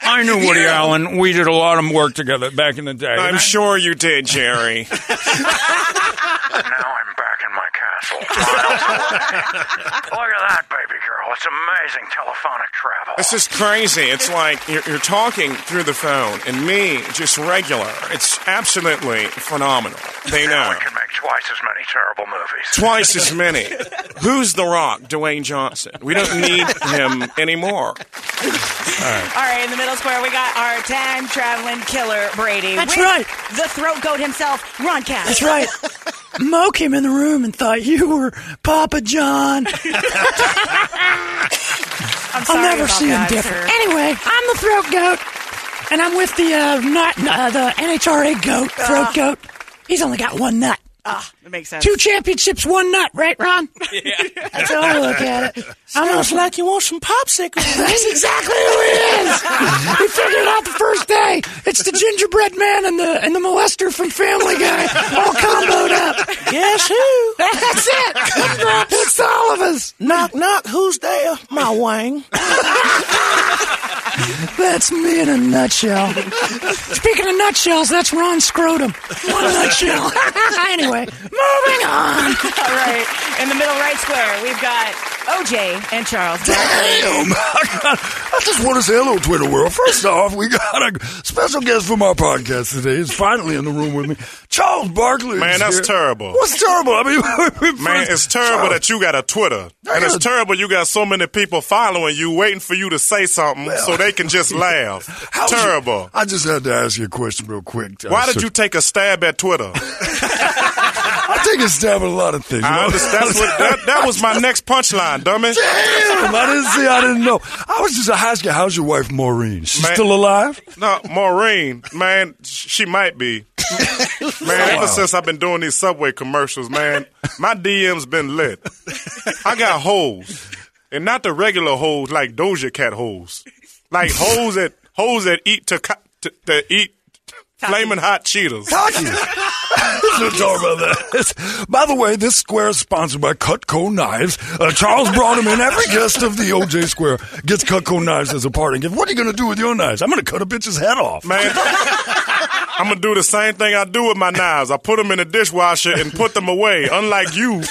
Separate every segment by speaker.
Speaker 1: I knew Woody Allen. We did a lot of work together back in the day.
Speaker 2: I'm sure you did, Jerry.
Speaker 3: Now I'm back in my castle. miles away. Look at that, baby girl. It's amazing telephonic travel.
Speaker 2: This is crazy. It's like you're, you're talking through the phone, and me just regular. It's absolutely phenomenal. They know
Speaker 3: Now we can make twice as many terrible movies.
Speaker 2: twice as many. Who's the Rock? Dwayne Johnson. We don't need him anymore.
Speaker 4: All right, in the middle square, we got our time traveling killer Brady.
Speaker 5: That's
Speaker 4: with
Speaker 5: right.
Speaker 4: The throat goat himself, Ron Cass.
Speaker 5: That's right. Mo came in the room and thought you were Papa John.
Speaker 4: I'm
Speaker 5: I'll
Speaker 4: sorry
Speaker 5: never
Speaker 4: about
Speaker 5: see him
Speaker 4: that,
Speaker 5: different.
Speaker 4: sir.
Speaker 5: Anyway, I'm the throat goat, and I'm with the uh, not uh, the NHRA goat, throat goat. He's only got one nut.
Speaker 4: Uh-huh. Ah, it makes sense.
Speaker 5: Two championships, one nut, right, Ron?
Speaker 6: Yeah.
Speaker 5: That's how I look at it. I'm almost like you want some popsicles. That's exactly who he is. we figured it out the first day. It's the gingerbread man and the and the molester from Family Guy, all comboed up. Guess who? That's it. it's all of us. Knock knock. Who's there? My wang. That's me in a nutshell. Speaking of nutshells, that's Ron Scrotum. One nutshell. anyway, moving on.
Speaker 4: All right, in the middle right square, we've got OJ and Charles.
Speaker 7: Damn! I just want to say hello, Twitter world. First off, we got a special guest from our podcast today. He's finally in the room with me. Charles Barkley. is
Speaker 8: Man, that's
Speaker 7: here.
Speaker 8: terrible.
Speaker 7: What's terrible? I mean,
Speaker 8: Man, it's terrible that you got a Twitter. And it's terrible you got so many people following you, waiting for you to say something so they can just laugh. terrible.
Speaker 7: I just had to ask you a question real quick.
Speaker 8: Why did you take a stab at Twitter?
Speaker 7: I take a stab at a lot of things.
Speaker 8: I understand. That's what, that, that was my next punchline, dummy.
Speaker 7: Damn, I didn't see. I didn't know. I was just asking, how's your wife, Maureen? She's
Speaker 8: Man.
Speaker 7: still alive?
Speaker 8: No, Maureen, man, sh- she might be. Man, ever since I've been doing these subway commercials, man, my DM's been lit. I got holes, and not the regular holes like Doja Cat holes, like holes that holes that eat to, co- to, that eat flaming hot Cheetos.
Speaker 7: Let's talk about that. By the way, this square is sponsored by Cutco Knives. Uh, Charles brought him in. Every guest of the OJ Square gets Cutco Knives as a parting gift. What are you going to do with your knives? I'm going to cut a bitch's head off.
Speaker 8: Man, I'm gonna do the same thing I do with my knives. I put them in the dishwasher and put them away. Unlike you,
Speaker 7: well,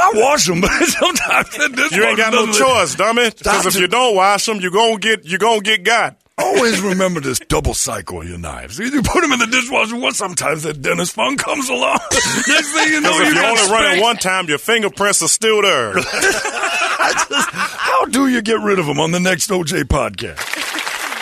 Speaker 7: I wash them, but sometimes
Speaker 8: you ain't got no choice, dummy. Because if you don't wash them, you gonna get you gonna get got.
Speaker 7: Always remember this double cycle of your knives. You put them in the dishwasher once, sometimes that dentist phone comes along. Next thing you know,
Speaker 8: Because if
Speaker 7: you
Speaker 8: you
Speaker 7: got
Speaker 8: only run it
Speaker 7: spanked.
Speaker 8: one time, your fingerprints are still there.
Speaker 7: How do you get rid of them on the next OJ podcast?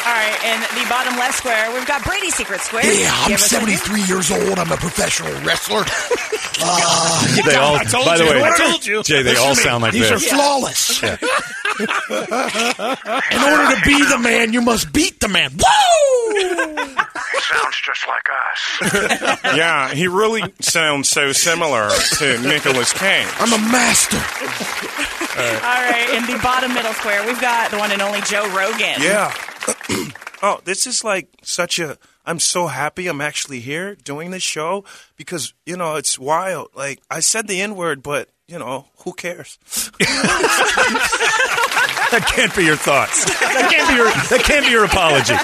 Speaker 4: All right, in the bottom left square, we've got Brady Secret Square.
Speaker 5: Yeah, I'm
Speaker 4: Give us a-
Speaker 5: 73 years old. I'm a professional wrestler. Uh,
Speaker 9: They
Speaker 5: Tom,
Speaker 9: all-
Speaker 5: I told
Speaker 9: by the
Speaker 5: you.
Speaker 9: way,
Speaker 5: I told you.
Speaker 9: Jay, they
Speaker 5: Listen
Speaker 9: all
Speaker 5: to me.
Speaker 9: sound like
Speaker 5: These
Speaker 9: this.
Speaker 5: are flawless. In order to be the man, you must beat the man. Woo!
Speaker 10: Sounds just like us.
Speaker 8: yeah, he really sounds so similar to Nicholas Cage.
Speaker 5: I'm a master.
Speaker 4: All right, in the bottom middle square, we've got the one and only Joe Rogan.
Speaker 8: Yeah. oh, this is like such a. I'm so happy I'm actually here doing this show because, you know, it's wild. Like, I said the N word, but, you know, who cares?
Speaker 9: That can't be your thoughts. That can't be your. That can't be your apology.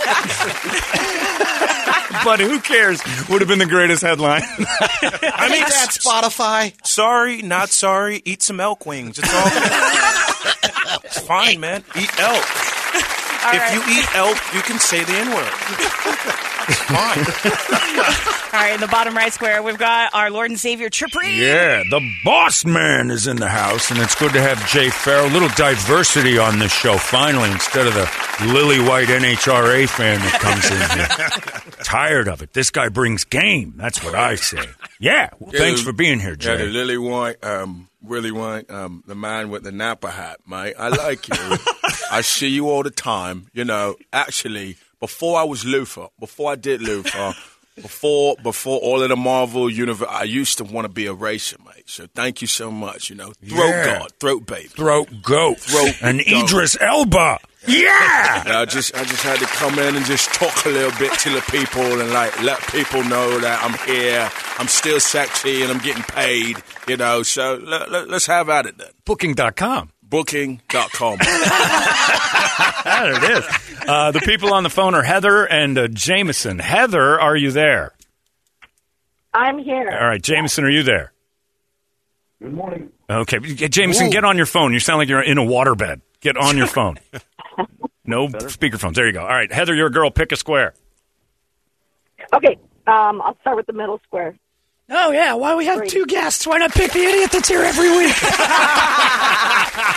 Speaker 9: but who cares? Would have been the greatest headline.
Speaker 8: I mean, that's Spotify. Sorry, not sorry. Eat some elk wings. It's all it's fine, man. Eat elk.
Speaker 4: All
Speaker 8: if
Speaker 4: right.
Speaker 8: you eat elk, you can say the N word.
Speaker 4: All right, in the bottom right square, we've got our Lord and Savior Tripri.
Speaker 1: Yeah, the boss man is in the house, and it's good to have Jay Farrell. A little diversity on this show, finally, instead of the lily white NHRA fan that comes in here. Tired of it. This guy brings game. That's what I say. Yeah, well, thanks for being here,
Speaker 2: Yeah, the
Speaker 1: Jay.
Speaker 2: Lily White, um, Willie White, um, the man with the Napa hat, mate. I like you. I see you all the time. You know, actually, before I was Luther, before I did Luther, before before all of the Marvel universe, I used to want to be a racer, mate. So thank you so much. You know, throat
Speaker 1: Yeah.
Speaker 2: god, throat babe.
Speaker 1: Throat goat.
Speaker 2: Throat
Speaker 1: and
Speaker 2: goat.
Speaker 1: Idris Elba. Yeah.
Speaker 2: And I just I just had to come in and just talk a little bit to the people and like let people know that I'm here. I'm still sexy and I'm getting paid, you know. So let, let, let's have at it then.
Speaker 9: Booking.com.
Speaker 2: Booking.com.
Speaker 9: there it is. Uh, the people on the phone are Heather and uh, Jameson. Heather, are you there?
Speaker 11: I'm here.
Speaker 9: All right, Jameson, are you there?
Speaker 11: Good morning.
Speaker 9: Okay, Yeah, Jameson,
Speaker 11: Whoa.
Speaker 9: get on your phone. You sound like you're in a waterbed. Get on your phone. No speakerphones. There you go. All right, Heather, you're a girl. Pick a square.
Speaker 11: Okay, um, I'll start with the middle square.
Speaker 5: Oh, yeah. Why we have two guests? Why not pick the idiot that's here every week?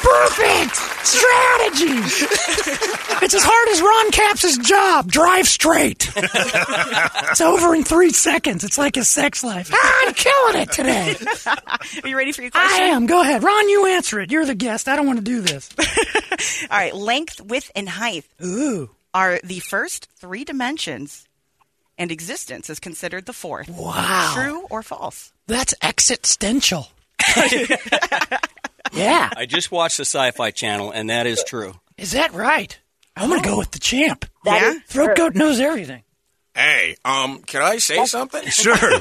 Speaker 5: Perfect strategy. It's as hard as Ron Caps's job. Drive straight. It's over in three seconds. It's like his sex life. Ah, I'm killing it today.
Speaker 4: Are you ready for your
Speaker 5: I
Speaker 4: question?
Speaker 5: am. Go ahead, Ron. You answer it. You're the guest. I don't want to do this.
Speaker 12: All right, length, width, and height
Speaker 5: Ooh.
Speaker 12: are the first three dimensions, and existence is considered the fourth.
Speaker 5: Wow.
Speaker 12: True or false?
Speaker 5: That's existential. yeah.
Speaker 13: I just watched the Sci Fi Channel, and that is true.
Speaker 5: Is that right? I'm
Speaker 11: Oh.
Speaker 5: gonna go with the champ.
Speaker 2: That is
Speaker 5: Throat
Speaker 2: true.
Speaker 5: goat knows everything.
Speaker 2: Hey, um, can I say something?
Speaker 9: Oh, Sure.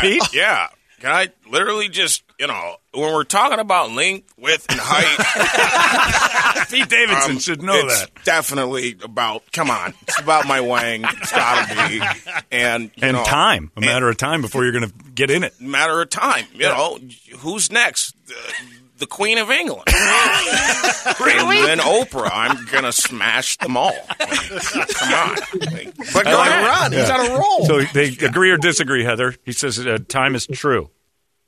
Speaker 5: Pete?
Speaker 2: yeah. Can I literally just, you know, when we're talking about length, width, and height.
Speaker 9: Pete Davidson should know
Speaker 2: it's
Speaker 9: that.
Speaker 2: definitely about, come on, it's about my wang. It's gotta be. And, you
Speaker 9: And
Speaker 2: know,
Speaker 9: time. A matter of time before you're going to get in it.
Speaker 2: Matter of time. You
Speaker 9: Yeah.
Speaker 2: know, who's next? The,
Speaker 14: the Queen of England.
Speaker 2: really? And then Oprah, I'm gonna smash them all. Come on, but
Speaker 9: I
Speaker 2: go
Speaker 9: like it.
Speaker 2: around. He's
Speaker 9: Yeah.
Speaker 2: on a roll.
Speaker 9: So they agree or disagree, Heather. He says uh, time is true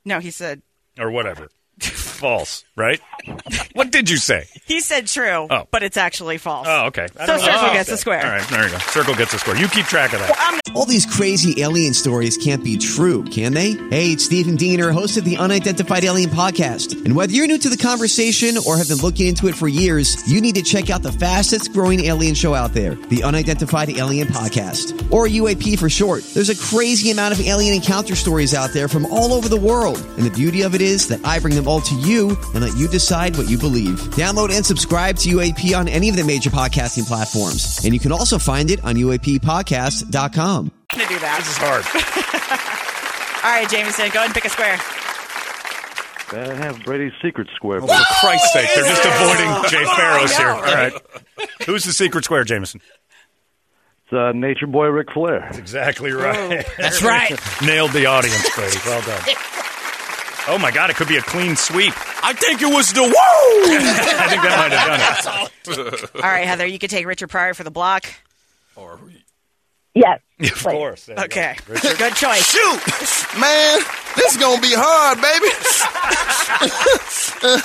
Speaker 15: No, he said
Speaker 9: or whatever. False, right? What did you say?
Speaker 4: He said true,
Speaker 9: Oh.
Speaker 4: but it's actually false.
Speaker 9: Oh, okay.
Speaker 4: So circle gets a square.
Speaker 9: All right, there you go. Circle gets a square. You keep track of that.
Speaker 16: All these crazy alien stories can't be true, can they? Hey, it's Stephen Diener, host of the Unidentified Alien Podcast. And whether you're new to the conversation or have been looking into it for years, you need to check out the fastest growing alien show out there, the Unidentified Alien Podcast, or UAP for short. There's a crazy amount of alien encounter stories out there from all over the world. And the beauty of it is that I bring them all to you and let you decide what you believe. Download and subscribe to UAP on any of the major podcasting platforms. And you can also find it on UAPpodcast.com.
Speaker 4: going to do that. This is
Speaker 9: hard.
Speaker 4: All right, Jameson, go ahead and pick a square.
Speaker 17: Better have Brady's secret square.
Speaker 9: Oh, for Christ's sake, they're just avoiding Jay Farrows
Speaker 17: I
Speaker 9: here.
Speaker 17: know,
Speaker 9: All right. Who's the secret square, Jameson?
Speaker 17: It's uh, Nature Boy Ric Flair. That's
Speaker 9: exactly right.
Speaker 17: That's right.
Speaker 9: Nailed the audience, Brady. Well done. Oh my God! It could be a clean sweep. I think it was the woo. I think that might have done it.
Speaker 4: All right, Heather, you could take Richard Pryor for the block.
Speaker 18: Yes.
Speaker 9: Of course.
Speaker 4: Okay.
Speaker 19: Good
Speaker 4: choice.
Speaker 19: Shoot, man, this is gonna be hard, baby.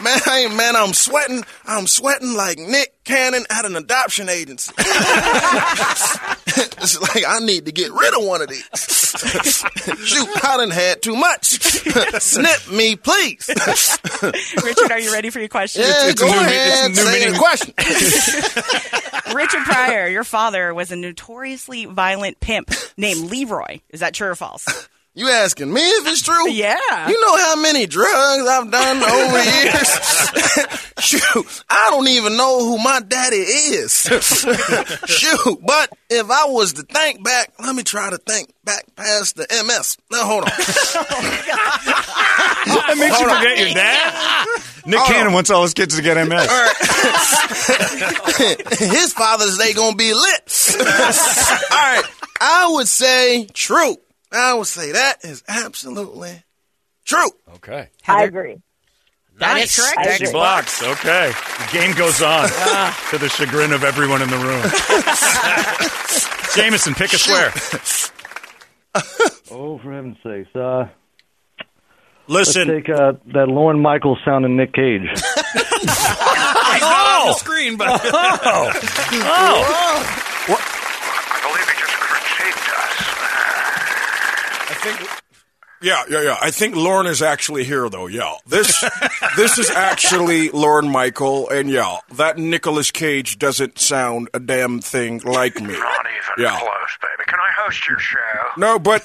Speaker 19: man, I ain't, man, I'm sweating. I'm sweating like Nick Cannon at an adoption agency. it's like I need to get rid of one of these. Shoot, I done had too much. Snip me, please.
Speaker 4: Richard, are you ready for your question?
Speaker 19: Yeah, go ahead. say the question.
Speaker 4: Richard Pryor, your father was a notoriously violent pimp named Leroy. Is that true or false?
Speaker 19: You asking me if it's true?
Speaker 4: Yeah.
Speaker 19: You know how many drugs I've done over years? Shoot, I don't even know who my daddy is. Shoot, but if I was to think back, let me try to think back past the MS. Now, hold on.
Speaker 9: That makes you forget your dad. Nick Cannon wants all his kids to get MS.
Speaker 19: His Father's Day gonna be lit. All right, I would say true. I would say that is absolutely true.
Speaker 9: Okay.
Speaker 19: I agree.
Speaker 4: That is correct.
Speaker 9: She blocks. Okay. The game goes on
Speaker 8: Uh.
Speaker 9: to the chagrin of everyone in the room. Jameson, pick a square.
Speaker 17: Oh, for heaven's sakes. Uh,
Speaker 6: Listen.
Speaker 17: Let's take uh, that Lauren Michaels sound in Nick Cage.
Speaker 6: He's not on the screen, but
Speaker 17: Oh.
Speaker 6: oh.
Speaker 11: I believe he just critiqued us.
Speaker 2: I think. Yeah, yeah, yeah. I think Lauren is actually here, though. Yeah, this this is actually Lauren Michael, and yeah, that Nicolas Cage doesn't sound a damn thing like me.
Speaker 11: Not even
Speaker 2: Yeah.
Speaker 11: close, baby. Can I host your show?
Speaker 2: No, but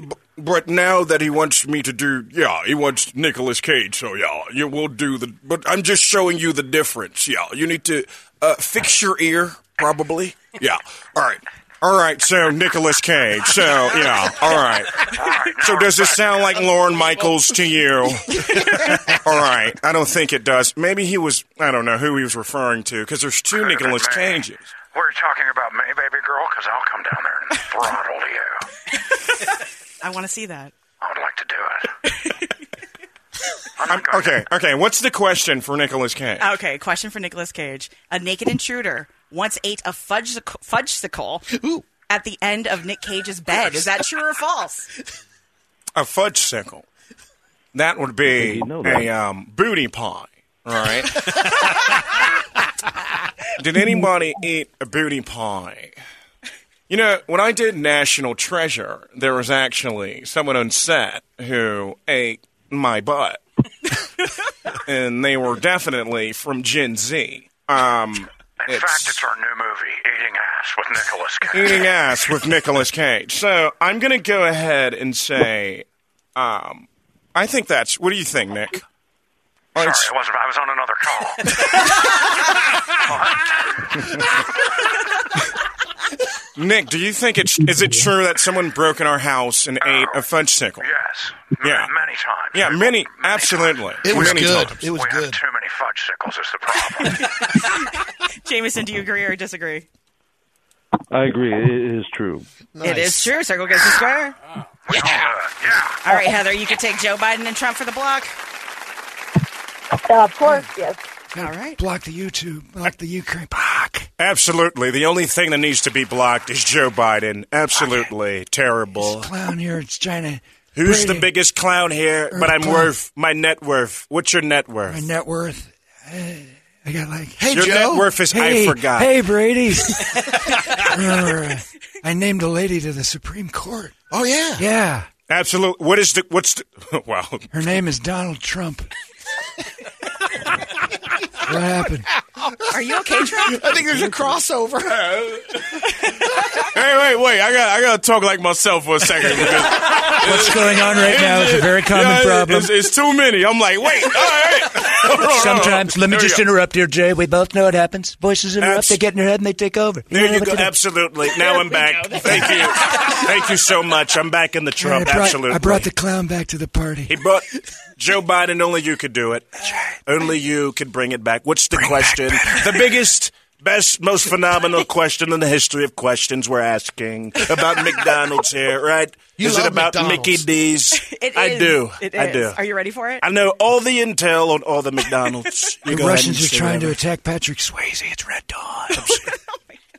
Speaker 2: b- but now that he wants me to do, yeah, he wants Nicolas Cage. So yeah, you will do the. But I'm just showing you the difference. Yeah, you need to uh, fix your ear, probably. Yeah. All right. All right. So Nicolas Cage. So yeah. All right. So does this sound like Lauren Michaels to you? All right. I don't think it does. Maybe he was. I don't know who he was referring to because there's two Nicolas Cages.
Speaker 11: Were you talking about me, baby girl? Because I'll come down there and throttle you.
Speaker 4: I want to see that.
Speaker 11: I would like to do it.
Speaker 2: I'm, okay. Okay. What's the question for Nicolas Cage?
Speaker 4: Okay, question for Nicolas Cage. A naked intruder once ate a fudge fudgesicle at the end of Nick Cage's bed. Is that true or false?
Speaker 2: a fudge sickle. That would be a um, booty pie, right? did anybody eat a booty pie? You know, when I did National Treasure, there was actually someone on set who ate my butt. and they were definitely from Gen Z. Um,
Speaker 11: In fact, it's our new movie, Eating Ass with Nicholas Cage.
Speaker 2: eating ass with Nicolas Cage. So I'm going to go ahead and say, um, I think that's. What do you think, Nick?
Speaker 11: Sorry,
Speaker 2: it's-
Speaker 11: I wasn't. I was on another call.
Speaker 2: Nick, do you think it's is it true that someone broke in our house and ate a fudgesicle?
Speaker 11: yes.
Speaker 2: Yeah.
Speaker 11: Many times. Oh,
Speaker 2: Yeah, many, absolutely. Many times.
Speaker 11: It was we good. have too many fudge sickles is the problem.
Speaker 4: Jameson, do you agree or disagree?
Speaker 17: I agree. It is true.
Speaker 4: It is true. Circle gets a square.
Speaker 11: Yeah.
Speaker 4: All right, Heather, you could take Joe Biden and Trump for the block.
Speaker 18: Uh, of course, yes.
Speaker 3: All right. Block the YouTube. Block the Ukraine. Block.
Speaker 20: Absolutely. The only thing that needs to be blocked is Joe Biden. Absolutely terrible.
Speaker 3: Clown here. It's China.
Speaker 20: Who's the
Speaker 3: Brady.
Speaker 20: biggest clown here?
Speaker 3: Or
Speaker 20: But I'm
Speaker 3: clown.
Speaker 20: worth my net worth. What's your net worth?
Speaker 3: My net worth. eh, I got like.
Speaker 20: Hey, Your Joe. net worth is- I
Speaker 3: Hey,
Speaker 20: forgot.
Speaker 3: Hey, Brady. Remember, uh, I named a lady to the Supreme Court.
Speaker 20: Oh yeah.
Speaker 3: Yeah.
Speaker 20: Absolutely. What is the what's the wow.
Speaker 3: Her name is Donald Trump. what happened?
Speaker 15: Are you okay, Trump?
Speaker 5: I think there's a crossover.
Speaker 20: Hey, wait, wait. I got I got to talk like myself for a second. What's
Speaker 3: going on right now is a very common problem.
Speaker 20: It's, it's too many. I'm like, wait. All right.
Speaker 3: Sometimes, let
Speaker 20: Oh!
Speaker 3: me
Speaker 20: There we
Speaker 3: just
Speaker 20: go.
Speaker 3: interrupt here, Jay. We both know it happens. Voices interrupt,
Speaker 20: Abs-
Speaker 3: they get in your head, and they take over.
Speaker 20: There
Speaker 3: know
Speaker 20: you
Speaker 3: what
Speaker 20: go.
Speaker 3: to do.
Speaker 20: Absolutely. Now I'm back. Thank you. Thank you so much. I'm back in the
Speaker 3: All right,
Speaker 20: Trump.
Speaker 3: I brought,
Speaker 20: Absolutely.
Speaker 3: I brought the clown back to the party.
Speaker 20: He brought Joe Biden. Only you could do it. Only you could bring it back. What's the question? The biggest, best, most phenomenal question in the history of questions we're asking about McDonald's here, right?
Speaker 15: You
Speaker 20: is it
Speaker 15: love
Speaker 20: about
Speaker 15: McDonald's.
Speaker 20: Mickey D's?
Speaker 15: It
Speaker 20: I
Speaker 15: is.
Speaker 20: do.
Speaker 15: It
Speaker 20: I
Speaker 15: is.
Speaker 20: do.
Speaker 15: Are you ready for it?
Speaker 20: I know all the intel on all the McDonald's. You
Speaker 3: the
Speaker 20: go ahead and
Speaker 3: Russians are
Speaker 20: say
Speaker 3: trying to
Speaker 20: whatever.
Speaker 3: attack Patrick Swayze. It's Red Dawn.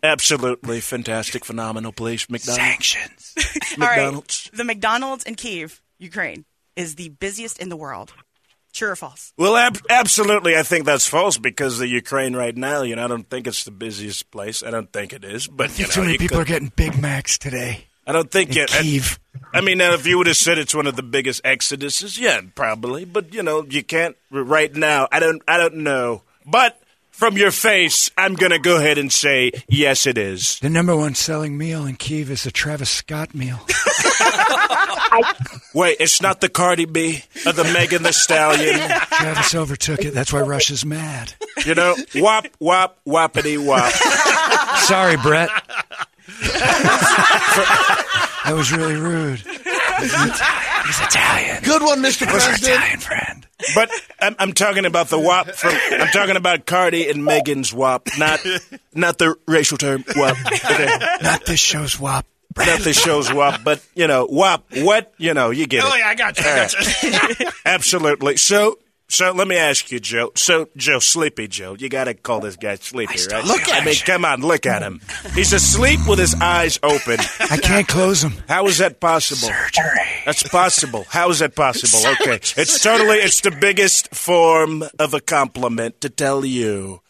Speaker 20: Absolutely fantastic, phenomenal place, McDonald's.
Speaker 3: Sanctions.
Speaker 20: McDonald's.
Speaker 15: All right. The McDonald's in Kiev, Ukraine, is the busiest in the world. True or false?
Speaker 20: Well, ab- absolutely, I think that's false because the Ukraine right now, you know, I don't think it's the busiest place. I don't think it is, but you know,
Speaker 3: Too many
Speaker 20: you
Speaker 3: people
Speaker 20: could-
Speaker 3: are getting Big Macs today.
Speaker 20: I don't think it. I, I mean, now, if you would have said it's one of the biggest exoduses, yeah, probably. But you know, you can't r- right now. I don't. I don't know. But from your face, I'm gonna go ahead and say yes, it is.
Speaker 3: The number one selling meal in Kiev is a Travis Scott meal.
Speaker 20: Wait, it's not the Cardi B or the Megan the Stallion.
Speaker 3: Travis overtook it. That's why Russia's mad.
Speaker 20: You know, wop wop whoppity wop.
Speaker 3: Sorry, Brett. that was really rude. He's Italian.
Speaker 20: Good one, Mr.
Speaker 3: President.
Speaker 20: But I'm, I'm talking about the WAP. From, I'm talking about Cardi and Megan's WAP, not not the racial term WAP. Okay.
Speaker 3: Not this show's WAP.
Speaker 20: Not the show's WAP, but you know WAP. What you know, you get it.
Speaker 5: Oh, yeah, I got you, I got
Speaker 20: All right. Absolutely. So. So let me ask you, Joe. So Joe, Sleepy Joe, you gotta call this guy Sleepy, right?
Speaker 3: look at
Speaker 20: I mean,
Speaker 3: you.
Speaker 20: come on, look at him. He's asleep with his eyes open.
Speaker 3: I can't close him.
Speaker 20: How is that possible? Surgery. That's possible. How is that possible? Okay. It's totally it's the biggest form of a compliment to tell you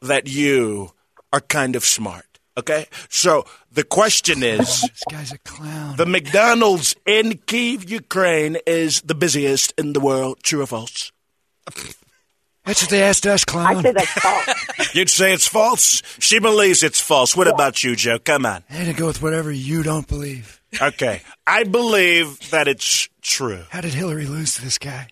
Speaker 20: that you are kind of smart. Okay? So the question is
Speaker 3: This guy's a clown.
Speaker 20: the McDonald's in Kiev, Ukraine is the busiest in the world. True or false?
Speaker 3: That's what they asked us, clown. I
Speaker 20: You'd say it's false. She believes it's false. What about you, Joe? Come on.
Speaker 3: had to go with whatever you don't believe.
Speaker 20: Okay. I believe that it's true.
Speaker 3: How did Hillary lose to this guy?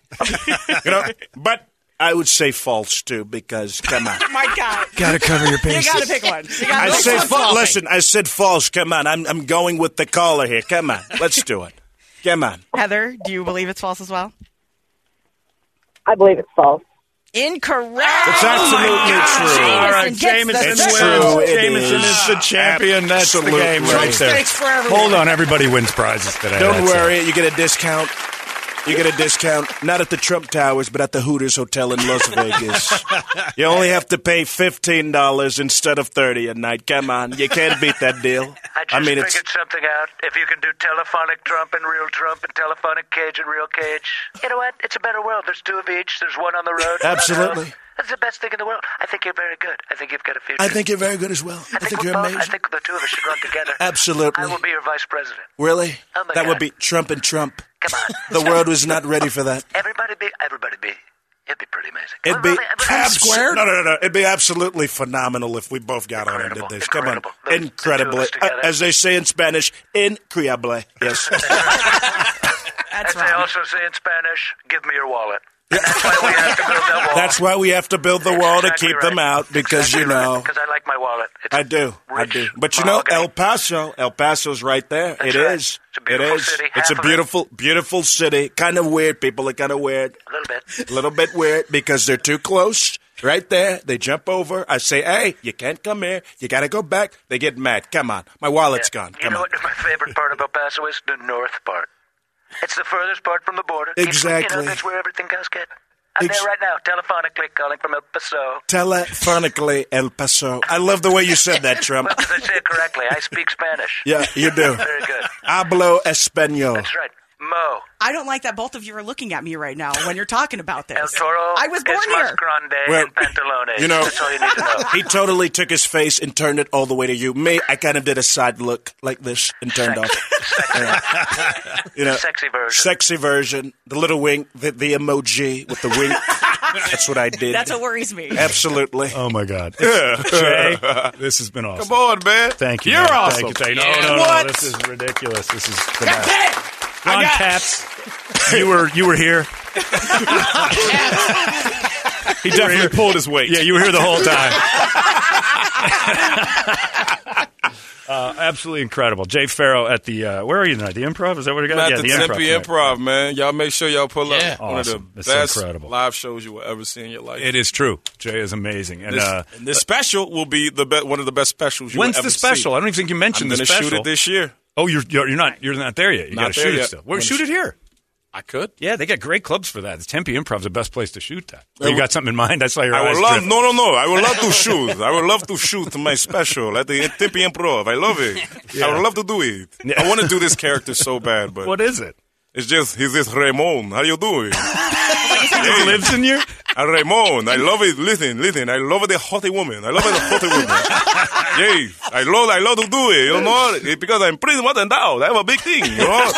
Speaker 20: You know, but I would say false too because come on.
Speaker 15: My God.
Speaker 3: Gotta cover your
Speaker 15: You
Speaker 3: bases.
Speaker 15: got to pick one. You gotta
Speaker 20: I
Speaker 15: pick
Speaker 20: said
Speaker 15: one.
Speaker 20: fa- listen, I said false. Come on. I'm I'm going with the caller here. Come on. Let's do it. Come on.
Speaker 15: Heather, do you believe it's false as well?
Speaker 18: I believe it's false.
Speaker 15: Incorrect. Oh
Speaker 20: It's absolutely true.
Speaker 8: All right, Jameson
Speaker 20: It's
Speaker 8: wins.
Speaker 20: true. It
Speaker 8: Jameson
Speaker 20: is.
Speaker 8: is. the champion. That's the
Speaker 20: Absolutely.
Speaker 8: game right there.
Speaker 20: Stakes for everyone.
Speaker 8: Hold on, everybody wins prizes today.
Speaker 20: Don't
Speaker 8: That's it.
Speaker 20: worry, you get a discount. You get a discount, not at the Trump Towers, but at the Hooters Hotel in Las Vegas. you only have to pay fifteen dollars instead of thirty a night. Come on, you can't beat that deal.
Speaker 11: I just
Speaker 20: mean, it's
Speaker 11: figured something out. If you can do telephonic Trump and real Trump and telephonic cage and real cage, you know what? It's a better world. There's two of each. There's one on the road. one at
Speaker 20: Absolutely.
Speaker 11: home. That's the best thing in the world. I think you're very good. I think you've got a future.
Speaker 20: I think you're very good as well. I think
Speaker 11: we're
Speaker 20: you're
Speaker 11: both- I
Speaker 20: amazing.
Speaker 11: think the two of us should run together.
Speaker 20: Absolutely.
Speaker 11: I will be your vice president.
Speaker 20: Really?
Speaker 11: Oh my
Speaker 20: that would
Speaker 11: God.
Speaker 20: be Trump and Trump.
Speaker 11: Come on.
Speaker 20: The world was not ready for that.
Speaker 11: Everybody be. Everybody be. It'd be pretty amazing.
Speaker 20: It'd be
Speaker 11: Well, well,
Speaker 20: abs-
Speaker 11: squared?
Speaker 20: No, no, no, no. It'd be absolutely phenomenal if we both got on and did this. Come on, incredibly, Uh, as they say in Spanish, increíble. Yes.
Speaker 11: As they also say in Spanish, give me your wallet. And that's why we have to build that wall.
Speaker 20: That's why we have to build the wall to
Speaker 11: Exactly
Speaker 20: keep
Speaker 11: right.
Speaker 20: them out because you know
Speaker 11: Because I like my wallet. It's
Speaker 20: I do, I do. But you know, El Paso, El Paso's right there. It is. It is.
Speaker 11: city.
Speaker 20: It's
Speaker 11: Half
Speaker 20: a
Speaker 11: of it.
Speaker 20: beautiful, beautiful city. Kind of weird. People are kind of weird.
Speaker 11: a little bit.
Speaker 20: A little bit weird because they're too close. Right there, they jump over. I say, "Hey, you can't come here. You gotta go back." They get mad. Come on, my wallet's
Speaker 11: Yeah.
Speaker 20: gone.
Speaker 11: You
Speaker 20: Come
Speaker 11: know
Speaker 20: on.
Speaker 11: what my favorite part about Paso is? The north part. It's the furthest part from the border. It's, you know,
Speaker 20: Exactly.
Speaker 11: that's where everything goes good.
Speaker 5: I'm there right now, telephonically calling from El Paso.
Speaker 20: Telephonically, El Paso. I love the way you said that, Trump.
Speaker 5: Well, did I say it correctly? I speak Spanish.
Speaker 20: Yeah, you do.
Speaker 5: Very good.
Speaker 20: Hablo español.
Speaker 5: That's right. Mo.
Speaker 4: I don't like that both of you are looking at me right now when you're talking about this.
Speaker 5: El Toro.
Speaker 4: I was born
Speaker 5: es
Speaker 4: here.
Speaker 5: Más grande
Speaker 20: Well,
Speaker 5: and pantalones.
Speaker 20: You know,
Speaker 5: That's all you need to know.
Speaker 20: he totally took his face and turned it all the way to you. Me, I kind of did a side look like this and turned off. Yeah. You know,
Speaker 5: Sexy version.
Speaker 20: Sexy version. The little wink, the, the emoji with the wink. That's what I did.
Speaker 4: That's what worries me.
Speaker 20: Absolutely.
Speaker 9: Oh my God,
Speaker 20: Yeah.
Speaker 9: Jay, this has been awesome.
Speaker 2: Come on, man.
Speaker 9: Thank you.
Speaker 2: You're
Speaker 9: man.
Speaker 2: awesome.
Speaker 9: Thank you. Thank you. No, no, no,
Speaker 2: What?
Speaker 9: This is ridiculous. This is the
Speaker 2: That's it.
Speaker 9: best.
Speaker 2: I
Speaker 9: Ron
Speaker 2: got-
Speaker 9: Caps, you were you were here.
Speaker 8: He definitely pulled his weight.
Speaker 9: Yeah, you were here the whole time. uh, absolutely incredible. Jay Farrow at the uh, where are you tonight? The Improv is that what you got?
Speaker 2: Man,
Speaker 9: yeah,
Speaker 2: the
Speaker 9: the Improv.
Speaker 2: Tempe
Speaker 9: tonight.
Speaker 2: Improv, man. Y'all make sure y'all pull
Speaker 9: Yeah.
Speaker 2: up. One
Speaker 9: Awesome.
Speaker 2: of the
Speaker 9: It's
Speaker 2: best
Speaker 9: incredible.
Speaker 2: live shows you will ever see in your life.
Speaker 9: It is true. Jay is amazing. And
Speaker 2: this,
Speaker 9: uh,
Speaker 2: and this special will be the be- one of the best specials. You
Speaker 9: when's
Speaker 2: will
Speaker 9: the
Speaker 2: ever
Speaker 9: special?
Speaker 2: See.
Speaker 9: I don't even think you mentioned
Speaker 2: I'm gonna
Speaker 9: the special
Speaker 2: shoot it this year.
Speaker 9: Oh, you're you're you're not you're not there yet. You
Speaker 2: Not
Speaker 9: got to
Speaker 2: there
Speaker 9: shoot it
Speaker 2: yet.
Speaker 9: still. We're
Speaker 2: Wanna
Speaker 9: shoot it
Speaker 2: shoot-
Speaker 9: here.
Speaker 2: I could.
Speaker 9: Yeah, they got great clubs for that. The Tempe Improv's the best place to shoot that.
Speaker 8: Yeah,
Speaker 9: you
Speaker 8: we-
Speaker 9: got something in mind? I saw your
Speaker 8: I
Speaker 9: eyes.
Speaker 8: would love,
Speaker 9: drift.
Speaker 8: no, no, no. I would love to shoot. I would love to shoot my special at the Tempe Improv. I love it. I would love to do it. I want to do this character so bad, but
Speaker 9: What is it?
Speaker 8: it's just, he's this Ramon. How you doing?
Speaker 9: It lives in you.
Speaker 8: Uh, Ramon, I love it. Listen, listen. I love the hot woman. I love the hot woman. yes, I love, I love to do it. You know, It- because I'm pretty much endowed. I have a big thing. You know,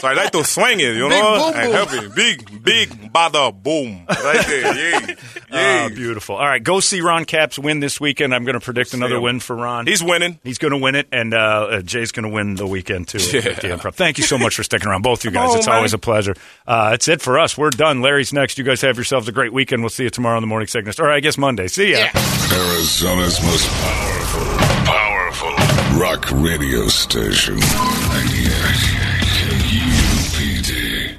Speaker 8: so I like to swing it. You
Speaker 2: Big
Speaker 8: know,
Speaker 2: boom
Speaker 8: I
Speaker 2: boom.
Speaker 8: have it. Big, big, bada boom. Right there. Yay,
Speaker 9: Ah,
Speaker 8: yay.
Speaker 9: beautiful. All right, go see Ron Caps win this weekend. I'm going to predict another
Speaker 8: him.
Speaker 9: win for Ron.
Speaker 8: He's winning.
Speaker 9: He's going to win it, and uh, uh, Jay's going to win the weekend too. at
Speaker 8: Yeah.
Speaker 9: the Improv. Thank you so much for sticking around, both you guys.
Speaker 8: on,
Speaker 9: it's always
Speaker 8: man.
Speaker 9: a pleasure. Uh, that's it for us. We're done. Larry's next. You guys have yourselves a great weekend. We'll see you tomorrow on the morning sickness, or I guess Monday. See ya.
Speaker 11: Arizona's most powerful, powerful rock radio station. 98 KUPD.